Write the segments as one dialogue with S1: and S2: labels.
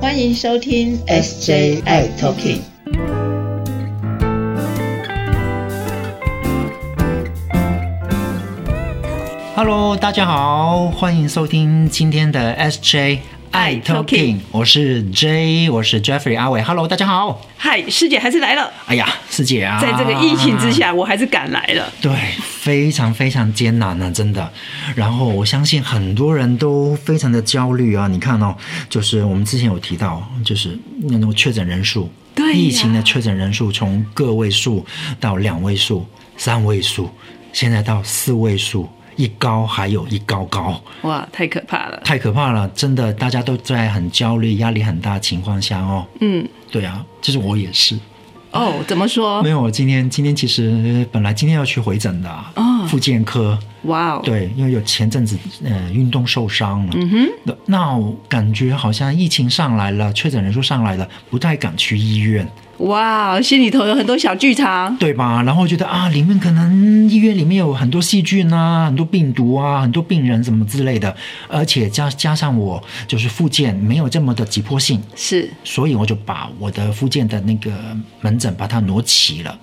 S1: 欢迎收听 SJ 爱 Talking。
S2: Hello，大家好，欢迎收听今天的 SJ 爱 Talking，我是 J，我是 Jeffrey 阿伟。Hello，大家好。
S3: 嗨，师姐还是来了。
S2: 哎呀，师姐啊，
S3: 在这个疫情之，下，我还是赶来了。
S2: 对，非常非常艰难啊，真的。然后我相信很多人都非常的焦虑啊。你看哦，就是我们之前有提到，就是那种确诊人数，
S3: 对呀
S2: 疫情的确诊人数从个位数到两位数、三位数，现在到四位数，一高还有一高高。
S3: 哇，太可怕了。
S2: 太可怕了，真的，大家都在很焦虑、压力很大的情况下哦。
S3: 嗯，
S2: 对啊，就是我也是。
S3: 哦，怎么说
S2: 没？有，我今天今天其实本来今天要去回诊的啊，
S3: 哦
S2: 复健科。
S3: 哇哦，
S2: 对，因为有前阵子呃运动受伤了，
S3: 嗯哼，
S2: 那那我感觉好像疫情上来了，确诊人数上来了，不太敢去医院，
S3: 哇，心里头有很多小剧场。
S2: 对吧？然后觉得啊，里面可能医院里面有很多细菌啊，很多病毒啊，很多病人什么之类的，而且加加上我就是复健没有这么的急迫性，
S3: 是，
S2: 所以我就把我的附件的那个门诊把它挪齐了。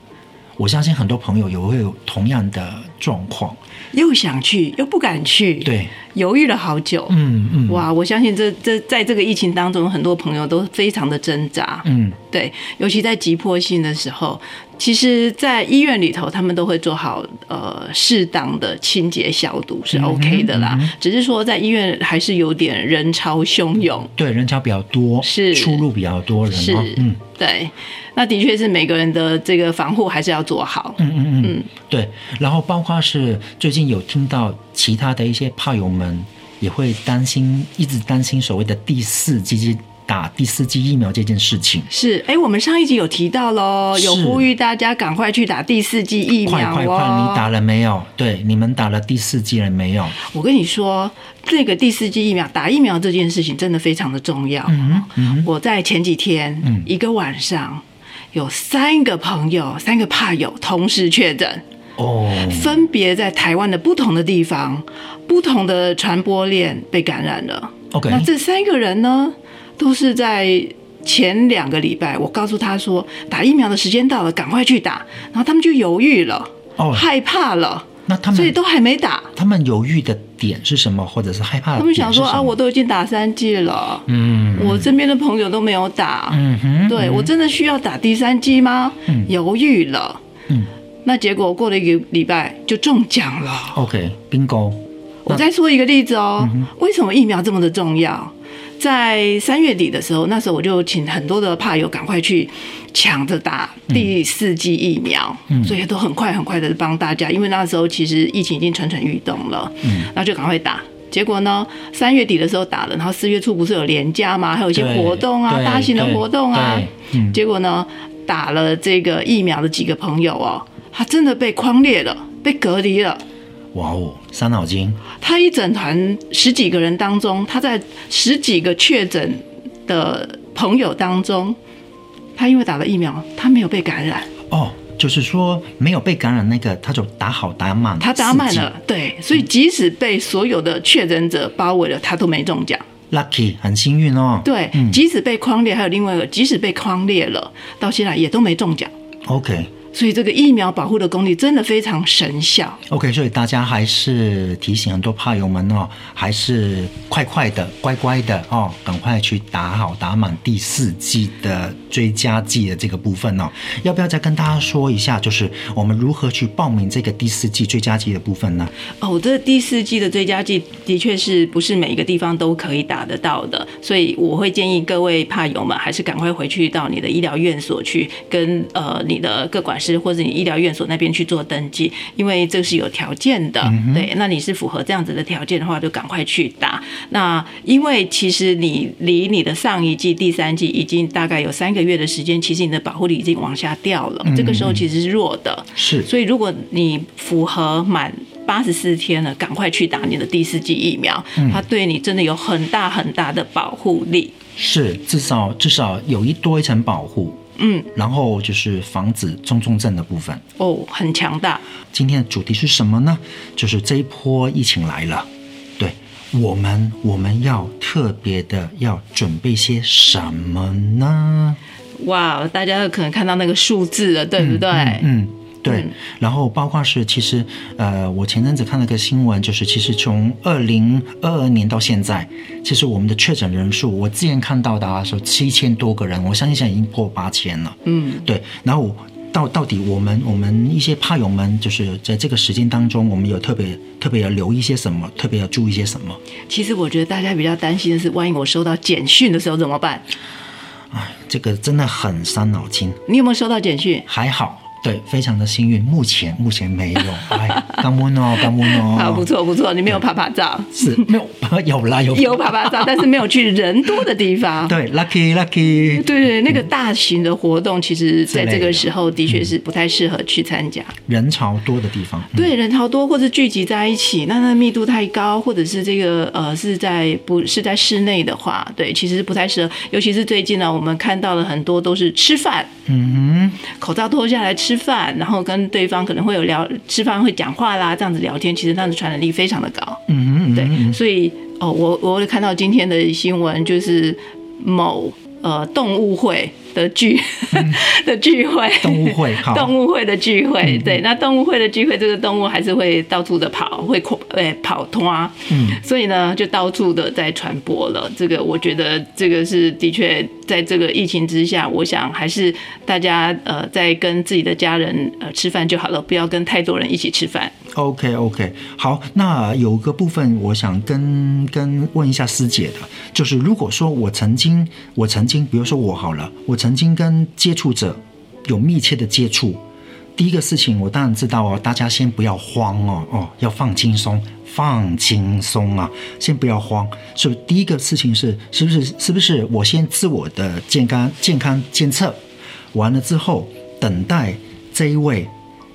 S2: 我相信很多朋友也会有同样的状况。
S3: 又想去又不敢去，，
S2: 对，
S3: 犹豫了好久。
S2: 嗯嗯，
S3: 哇，我相信这这在这个疫情当中，很多朋友都非常的挣扎。
S2: 嗯，
S3: 对，尤其在急迫性的时候，其实，在医院里头，他们都会做好呃适当的清洁消毒
S2: 嗯
S3: 是 OK 的啦。只是说在医院还是有点人潮汹涌。
S2: 对，人潮比较多，
S3: 是
S2: 出入比较多人
S3: 是
S2: 哦。嗯，
S3: 对，那的确是每个人的这个防护还是要做好。
S2: 嗯嗯嗯，对。然后包括是最近有听到其他的一些炮友们也会担心，一直担心所谓的第四季打第四季疫苗这件事情。
S3: 是，哎，我们上一集有提到喽，有
S2: 是
S3: 呼吁大家赶快去打第四剂疫苗
S2: 快
S3: 哦。
S2: 快快！你打了没有？对，你们打了第四季了没有？
S3: 我跟你说，这个第四季疫苗打疫苗这件事情真的非常的重要。
S2: 嗯嗯，
S3: 我在前几天、一个晚上，有三个朋友、三个怕友同时确诊，
S2: 哦，
S3: 分别在台湾的不同的地方、不同的传播链被感染了。
S2: OK
S3: 那这三个人呢，都是在。前两个礼拜，我告诉他说打疫苗的时间到了，赶快去打。然后他们就犹豫了，
S2: 哦嗯
S3: 害怕了，
S2: 那他
S3: 所以
S2: 们
S3: 都还没打。
S2: 他们犹豫的点是什么，或者是害怕的
S3: 他
S2: 点
S3: 们
S2: 是什么？
S3: 想说啊，我都已经打三剂了，
S2: 嗯
S3: 我身边的朋友都没有打，
S2: 嗯哼，
S3: 对我真的需要打第三剂吗？犹豫了，
S2: 嗯
S3: 那结果过了一个礼拜就中奖了。
S2: ，OK bingo，
S3: 我再说一个例子哦，
S2: 嗯
S3: 为什么疫苗这么的重要？在三月底的时候，那时候我就请很多的怕友赶快去抢着打
S2: 嗯
S3: 第四剂疫苗，所以都很快很快的帮大家，因为那时候其实疫情已经蠢蠢欲动了，
S2: 嗯
S3: 然后就赶快打。结果呢，三月底的时候打了，然后四月初不是有连假嘛，还有一些
S2: 对
S3: 活动啊，
S2: 对
S3: 大型的
S2: 对
S3: 活动啊
S2: 对，嗯
S3: 结果呢，打了这个疫苗的几个朋友哦，他真的被框列了，被隔离了。
S2: 哇哦，伤脑筋，
S3: 他一整团十几个人当中，他在十几个确诊的朋友当中，他因为打了疫苗，他没有被感染，
S2: 哦，就是说没有被感染那个，他就打好打满，
S3: 他打满了，对，所以即使被所有的确诊者包围了，他都没中奖。
S2: 四季，lucky 很幸运哦，
S3: 对，即使被框列，还有另外一个，即使被框列了，到现在也都没中奖。
S2: ，OK
S3: 所以这个疫苗保护的功力真的非常神效。
S2: OK，所以大家还是提醒很多怕友们哦，还是快快的、乖乖的哦，赶快去打好打满第四季的追加季的这个部分哦。要不要再跟大家说一下，就是我们如何去报名这个第四季追加季的部分呢？
S3: 哦，这第四季的追加剂的确是不是每一个地方都可以打得到的，所以我会建议各位怕友们还是赶快回去到你的医疗院所去跟呃你的各管师或者你医疗院所那边去做登记，因为这是有条件的。对，那你是符合这样子的条件的话，就赶快去打。那因为其实你离你的上一季第三季已经大概有三个月的时间，其实你的保护力已经往下掉了，这个时候其实是弱的。
S2: 是
S3: 所以如果你符合满八十四天了，赶快去打你的第四剂疫苗，
S2: 嗯
S3: 它对你真的有很大很大的保护力。
S2: 是，至少至少有一多一层保护，
S3: 嗯，
S2: 然后就是防止中重症的部分。
S3: 哦，很强大。
S2: 今天的主题是什么呢？就是这一波疫情来了，对我们我们要特别的要准备些什么呢？
S3: 哇，大家可能看到那个数字了，对不对？
S2: 嗯，对
S3: 嗯。
S2: 然后包括是，其实呃，我前阵子看了个新闻，就是其实从二零二二年到现在，其实我们的确诊人数，我之前看到的啊，说七千多个人，我相信现在已经过八千了。
S3: 嗯
S2: 对，然后我到到底我们我们一些怕友们，就是在这个时间当中，我们有特别特别要留意些什么，特别要注意些什么？
S3: 其实我觉得大家比较担心的是，万一我收到简讯的时候怎么办？
S2: 哎，这个真的很伤脑筋。
S3: 你有没有收到简讯？
S2: 还好，对，非常的幸运，目前目前没有。哎，干木诺，干木诺，
S3: 啊，不错不错，你没有啪啪 照，
S2: 是没有有啦有
S3: 有啪啪照，但是没有去人多的地 方。
S2: 对，lucky lucky，
S3: 对对，那个大型的活动，其
S2: 嗯
S3: 实在这个时候的确是不太适合去参加。
S2: 人潮多的地方，嗯
S3: 对，人潮多或者聚集在一起，那那密度太高，或者是这个呃是在不是在室内的话，对，其实不太适合。尤其是最近呢、我们看到了很多都是吃饭，
S2: 嗯哼，
S3: 口罩脱下来吃饭，然后跟对方可能会有聊，吃饭会讲话啦，这样子聊天，其实那样的传染力非常的高。
S2: 嗯哼，嗯哼
S3: 对，所以哦，我我有看到今天的新闻，就是某呃动物会的聚、 的聚会，
S2: 嗯动物会好
S3: 动物会的聚会，对，那动物会的聚会，这个动物还是会到处的跑，会狂诶跑通啊，
S2: 嗯
S3: 所以呢，就到处的在传播了。这个我觉得这个是的确在这个疫情之下，我想还是大家呃在跟自己的家人呃吃饭就好了，不要跟太多人一起吃饭。
S2: OK OK，好，那有个部分我想跟跟问一下师姐的，就是如果说我曾经我曾经，比如说我好了，我曾经跟接触者有密切的接触，第一个事情我当然知道哦，大家先不要慌哦哦，要放轻松，放轻松啊，先不要慌。是不是第一个事情是是不是是不是我先自我的健康健康监测完了之后，等待这一位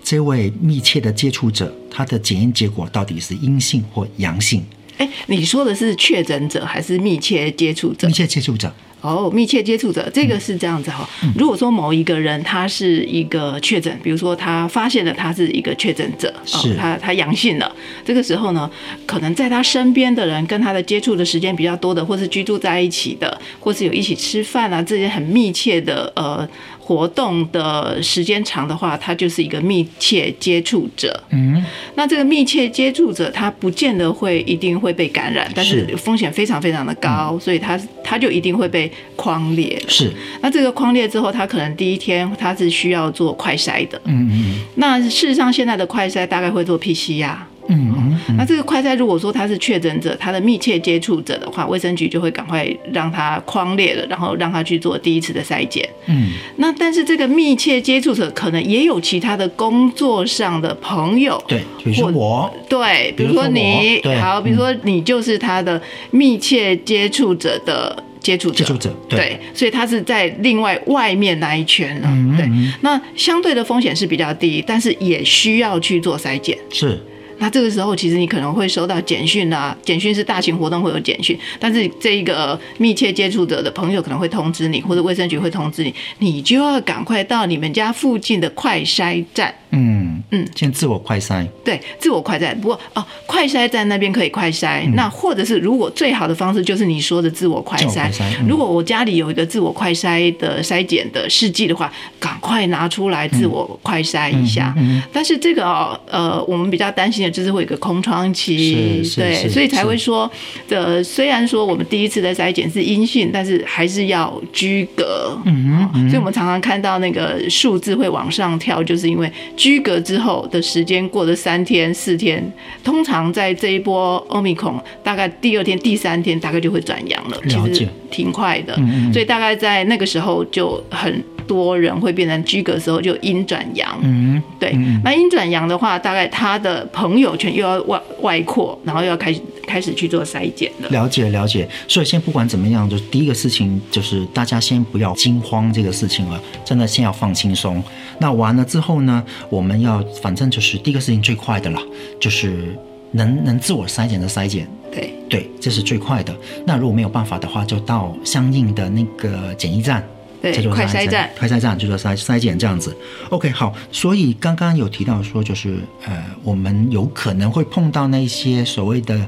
S2: 这位密切的接触者，他的检验结果到底是阴性或阳性？
S3: 哎，你说的是确诊者还是密切接触者
S2: 密？切接触者，
S3: 哦，密切接触者这个是这样子哈、如果说某一个人他是一个确诊，比如说他发现了他是一个确诊者，哦
S2: 是
S3: 他他阳性了，这个时候呢，可能在他身边的人跟他的接触的时间比较多的，或是居住在一起的，或是有一起吃饭啊这些很密切的呃活动的时间长的话，他就是一个密切接触者。
S2: 嗯，
S3: 那这个密切接触者，他不见得会一定会被感染，但是
S2: 是
S3: 风险非常非常的高，所以他他就一定会被框列。
S2: 是，
S3: 那这个框列之后，他可能第一天他是需要做快筛的。
S2: 嗯嗯
S3: 那事实上，现在的快筛大概会做 PCR。
S2: 嗯嗯嗯，
S3: 那这个快筛如果说他是确诊者，他的密切接触者的话，卫生局就会赶快让他框列了，然后让他去做第一次的筛检。
S2: 嗯，
S3: 那但是这个密切接触者可能也有其他的工作上的朋友，
S2: 对，比如说
S3: 或
S2: 我，
S3: 对，
S2: 比
S3: 比如
S2: 如
S3: 说
S2: 说
S3: 你
S2: 我对嗯
S3: 好，比如说你就是他的密切接触者的接触者，
S2: 接触者对
S3: 所以他是在另外外面那一圈了，
S2: 嗯嗯
S3: 对
S2: 嗯。
S3: 那相对的风险是比较低，但是也需要去做筛检。
S2: 是，
S3: 那这个时候，其实你可能会收到简讯啊，简讯是大型活动会有简讯，但是这一个密切接触者的朋友可能会通知你，或者卫生局会通知你，你就要赶快到你们家附近的快筛站。
S2: 嗯
S3: 嗯，
S2: 先自我快筛，
S3: 对，自我快筛。不过哦，快筛站那边可以快筛。那或者是如果最好的方式就是你说的自我快
S2: 嗯自我
S3: 筛。
S2: 快筛嗯
S3: 如果我家里有一个自我快筛的筛检的试剂的话，赶快拿出来自我快筛一下。
S2: 嗯嗯嗯
S3: 但是这个哦，呃，我们比较担心的就是会有一个空窗期
S2: 是，是
S3: 对，
S2: 是
S3: 所以才
S2: 是
S3: 会说，呃，虽然说我们第一次的筛检是阴性，但是还是要居隔。
S2: 嗯
S3: 所以我们常常看到那个数字会往上跳，就是因为居隔之后的时间过了三天四天，通常在这一波欧米孔，大概第二天、第三天大概就会转阳了，
S2: 了
S3: 其
S2: 解
S3: 实挺快的。
S2: 嗯嗯
S3: 所以大概在那个时候就很多人会变成居隔的时候就阴转阳。
S2: 嗯
S3: 对，那阴转阳的话，大概他的朋友圈又要外外扩，然后又要开始开始去做筛检了。
S2: 了解了解，所以先不管怎么样，就是第一个事情就是大家先不要惊慌这个事情了，真的先要放轻松。那完了之后呢，我们要反正就是第一个事情最快的啦，就是能能自我筛检的筛检，
S3: 对，
S2: 对，这是最快的。那如果没有办法的话，就到相应的那个检疫站。
S3: 对
S2: 这就是
S3: 快筛站，
S2: 快筛站就是筛筛检这样子。OK，好，所以刚刚有提到说，就是呃，我们有可能会碰到那一些所谓的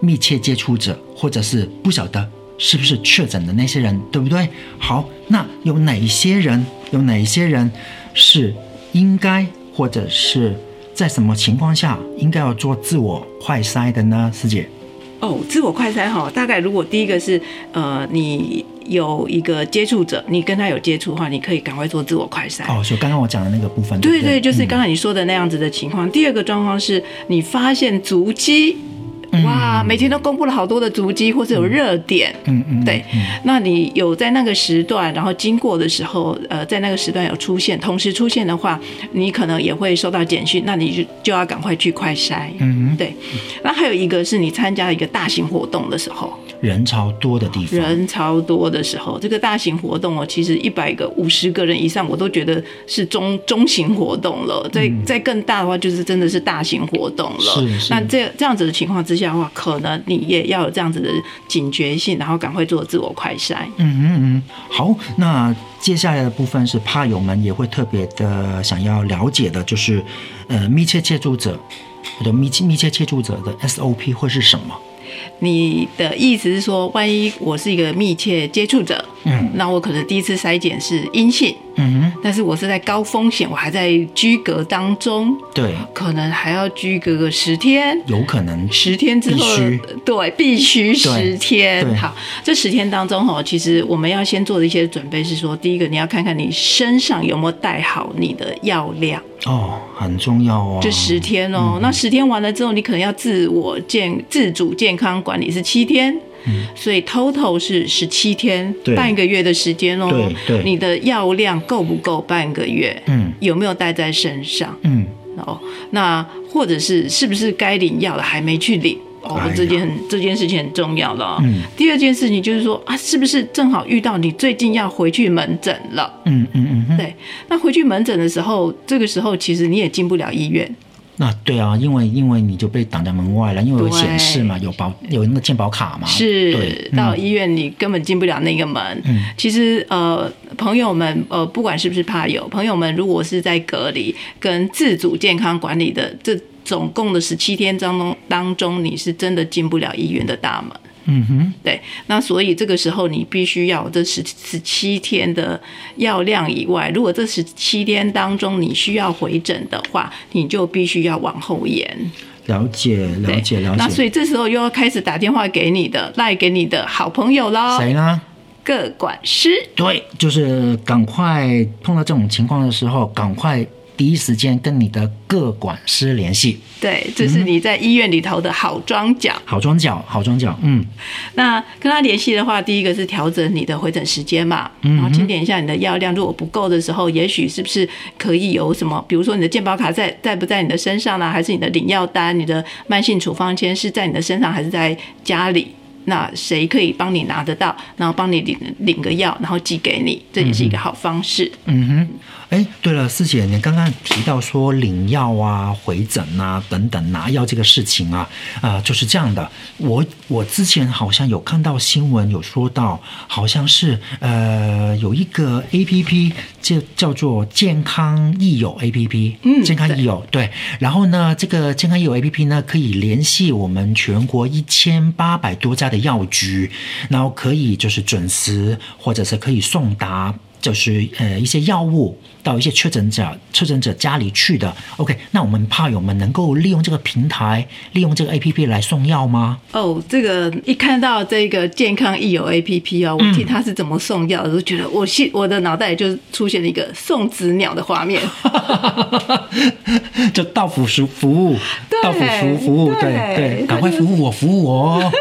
S2: 密切接触者，或者是不晓得是不是确诊的那些人，对不对？好，那有哪一些人，有哪一些人是应该或者是在什么情况下应该要做自我快筛的呢？师姐，
S3: 哦，自我快筛哈，大概如果第一个是呃，你有一个接触者，你跟他有接触的话，你可以赶快做自我快筛。
S2: 哦，就刚刚我讲的那个部分，
S3: 对
S2: 不
S3: 对，就是
S2: 嗯
S3: 刚才你说的那样子的情况。第二个状况是你发现足迹，哇，每天都公布了好多的足迹，或者有热点，
S2: 嗯嗯，
S3: 对
S2: 嗯
S3: 那你有在那个时段，然后经过的时候，呃，在那个时段有出现，同时出现的话，你可能也会收到简讯，那你就就要赶快去快筛。
S2: 嗯
S3: 对，那还有一个是你参加一个大型活动的时候，
S2: 哼，人潮多的地方，
S3: 人超多的时候，这个大型活动哦，其实一百个、五十个人以上，我都觉得是中中型活动了。再、再更大的话，就是真的是大型活动了。
S2: 嗯是是
S3: 那这这样子的情况之下的话，可能你也要有这样子的警觉性，然后赶快做自我快筛。
S2: 嗯嗯嗯，好，那接下来的部分是怕友们也会特别的想要了解的，就是呃密切接触者或者密切密切接触者的 SOP 会是什么？
S3: 你的意思是说，万一我是一个密切接触者，
S2: 嗯，
S3: 那我可能第一次筛检是阴性，
S2: 嗯
S3: 但是我是在高风险，我还在居隔当中，
S2: 哼，对，
S3: 可能还要居隔个十天，
S2: 有可能
S3: 十天之后
S2: 必须，
S3: 对，必须十天
S2: 对。
S3: 好，这十天当中哦，其实我们要先做的一些准备是说，第一个你要看看你身上有没有带好你的药量，
S2: 哦，很重要哦。
S3: 这十天哦。那十天完了之后，你可能要自我健自主健康管理是七天。所以 total 是十七天
S2: 嗯对，
S3: 半个月的时间哦。
S2: 对对
S3: 你的药量够不够半个月？
S2: 嗯
S3: 有没有带在身上？
S2: 嗯，
S3: 哦，那或者是是不是该领药的还没去领？哦
S2: 哎呀，
S3: 这件很这件事情很重要了、哦。
S2: 嗯
S3: 第二件事情就是说啊，是不是正好遇到你最近要回去门诊了？
S2: 嗯嗯嗯哼，
S3: 对，那回去门诊的时候，这个时候其实你也进不了医院。
S2: 那对啊，因为因为你就被挡在门外了，因为有
S3: 对
S2: 显示嘛，有保有那个健保卡嘛，
S3: 是
S2: 对，
S3: 到医院你根本进不了那个门。
S2: 嗯
S3: 其实呃，朋友们呃，不管是不是怕有朋友们，如果是在隔离跟自主健康管理的这总共的十七天当中当中，你是真的进不了医院的大门。
S2: 嗯哼，
S3: 对，那所以这个时候你必须要有这十十七天的药量以外，如果这十七天当中你需要回诊的话，你就必须要往后延。
S2: 了解
S3: 对
S2: 了解了解。
S3: 那所以这时候又要开始打电话给你的赖给你的好朋友喽，
S2: 谁呢？
S3: 各管师。
S2: 对，就是赶快碰到这种情况的时候，赶快第一时间跟你的各管师联系。
S3: 对，这是你在医院里头的好庄脚。
S2: 好装脚，好装脚，嗯，
S3: 那跟他联系的话，第一个是调整你的回诊时间嘛，然后清点一下你的药量，如果不够的时候，也许是不是可以有什么，比如说你的健保卡在在不在你的身上呢、还是你的领药单、你的慢性处方签是在你的身上还是在家里？那谁可以帮你拿得到，然后帮你领领个药，然后寄给你，这也是一个好方式。
S2: 嗯哼，哎，对了，师姐，你刚刚提到说领药啊、回诊啊等等拿药这个事情啊，啊、就是这样的。我我之前好像有看到新闻有说到，好像是呃有一个 A P P 叫叫做健康益友 A P P，
S3: 嗯
S2: 健康益友对。然后呢，这个健康益友 A P P 呢可以联系我们全国一千八百多家的药局，然后可以就是准时或者是可以送达。就是呃一些药物到一些确诊者确诊者家里去的。OK，那我们怕友们能够利用这个平台，利用这个 APP 来送药 吗？
S3: 哦，这个一看到这个健康益友 A P P 哦，我替他是怎么送药的，我就觉得我心我的脑袋里就出现了一个送子鸟的画面。
S2: 就到府服服务，
S3: 对
S2: 到府服服务，对
S3: 对
S2: 对，
S3: 对
S2: 赶快服务我，服务我哦。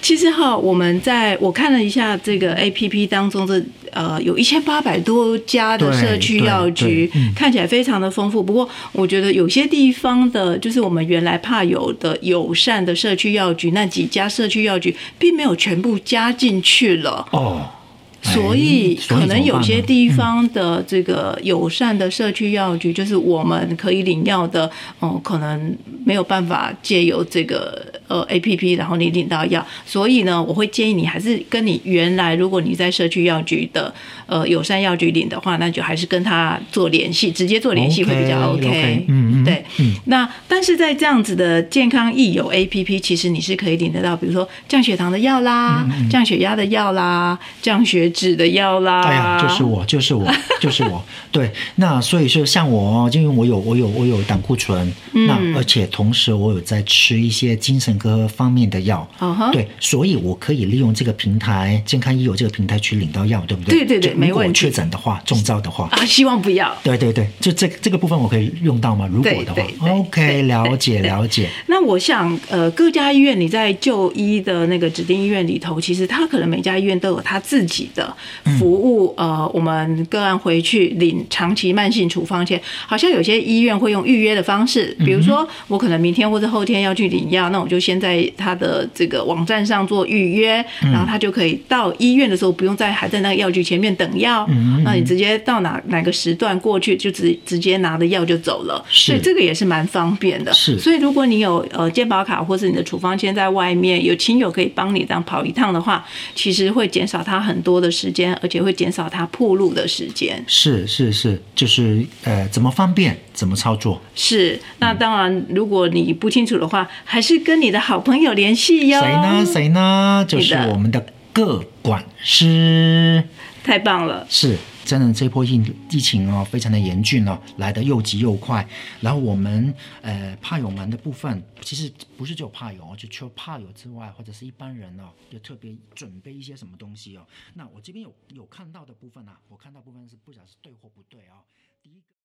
S3: 其实哈，我们在我看了一下这个 A P P 当中的呃，有一千八百多家的
S2: 对
S3: 社区药
S2: 对
S3: 局
S2: 对嗯，
S3: 看起来非常的丰富。不过我觉得有些地方的，就是我们原来怕有的友善的社区药局，那几家社区药局并没有全部加进去了。
S2: 哦，哎
S3: 所以
S2: 所
S3: 可能有些
S2: 怎么办呢
S3: 地方的这个友善的社区药局，就是我们可以领药的，哦、可能没有办法借由这个呃 A P P，然后你领到药。所以呢，我会建议你还是跟你原来，如果你在社区药局的呃友善药局领的话，那就还是跟他做联系，直接做联系会比较
S2: OK，OK，嗯嗯
S3: 对，
S2: 嗯
S3: 那但是在这样子的健康益友 APP，其实你是可以领得到，比如说降血糖的药
S2: 嗯
S3: 啦、降血压的药啦、降血脂的药啦。
S2: 哎呀，就是我，就是我， 就是我。对，那所以说，像我，因为我有我有我有胆固醇，
S3: 嗯
S2: 那而且同时我有在吃一些精神科方面的药。
S3: 嗯哼
S2: 对，所以我可以利用这个平台，健康医友这个平台去领到药，对不对？
S3: 对对对
S2: 就
S3: 没
S2: 如果我
S3: 问题
S2: 确诊的话，中招的话。
S3: 啊，希望不要。
S2: 对对对，就这这个部分我可以用到吗？如果的话
S3: 对对对
S2: ，OK，
S3: 对
S2: 了解了解。
S3: 那我想，呃，各家医院你在就医的那个指定医院里头，其实它可能每家医院都有它自己的服务。呃，我们个案回去领长期慢性处方前，好像有些医院会用预约的方式，比如说我可能明天或者后天要去领药，那我就先在他的这个网站上做预约，然后他就可以到医院的时候不用再还在那个药局前面等药，那你直接到哪哪个时段过去就直直接拿着药就走了，
S2: 是
S3: 所以这个也是蛮方便的。
S2: 是
S3: 所以如果你有呃健保卡或是你的处方签在外面，有亲友可以帮你这样跑一趟的话，其实会减少他很多的时间，而且会减少他铺路的时间。
S2: 是是是，就是呃，怎么方便怎么操作，
S3: 是，那当然，如果你不清楚的话，还是跟你的好朋友联系哟。
S2: 谁呢？谁呢？就是
S3: 你的
S2: 我们的各管师。
S3: 太棒了！
S2: 是，真的这波疫疫情哦，非常的严峻哦，来得又急又快。然后我们呃怕友们的部分，其实不是只有怕友哦，就除了怕友之外，或者是一般人哦，就特别准备一些什么东西哦。那我这边有有看到的部分啊，我看到部分是不晓得是对或不对哦。第一个。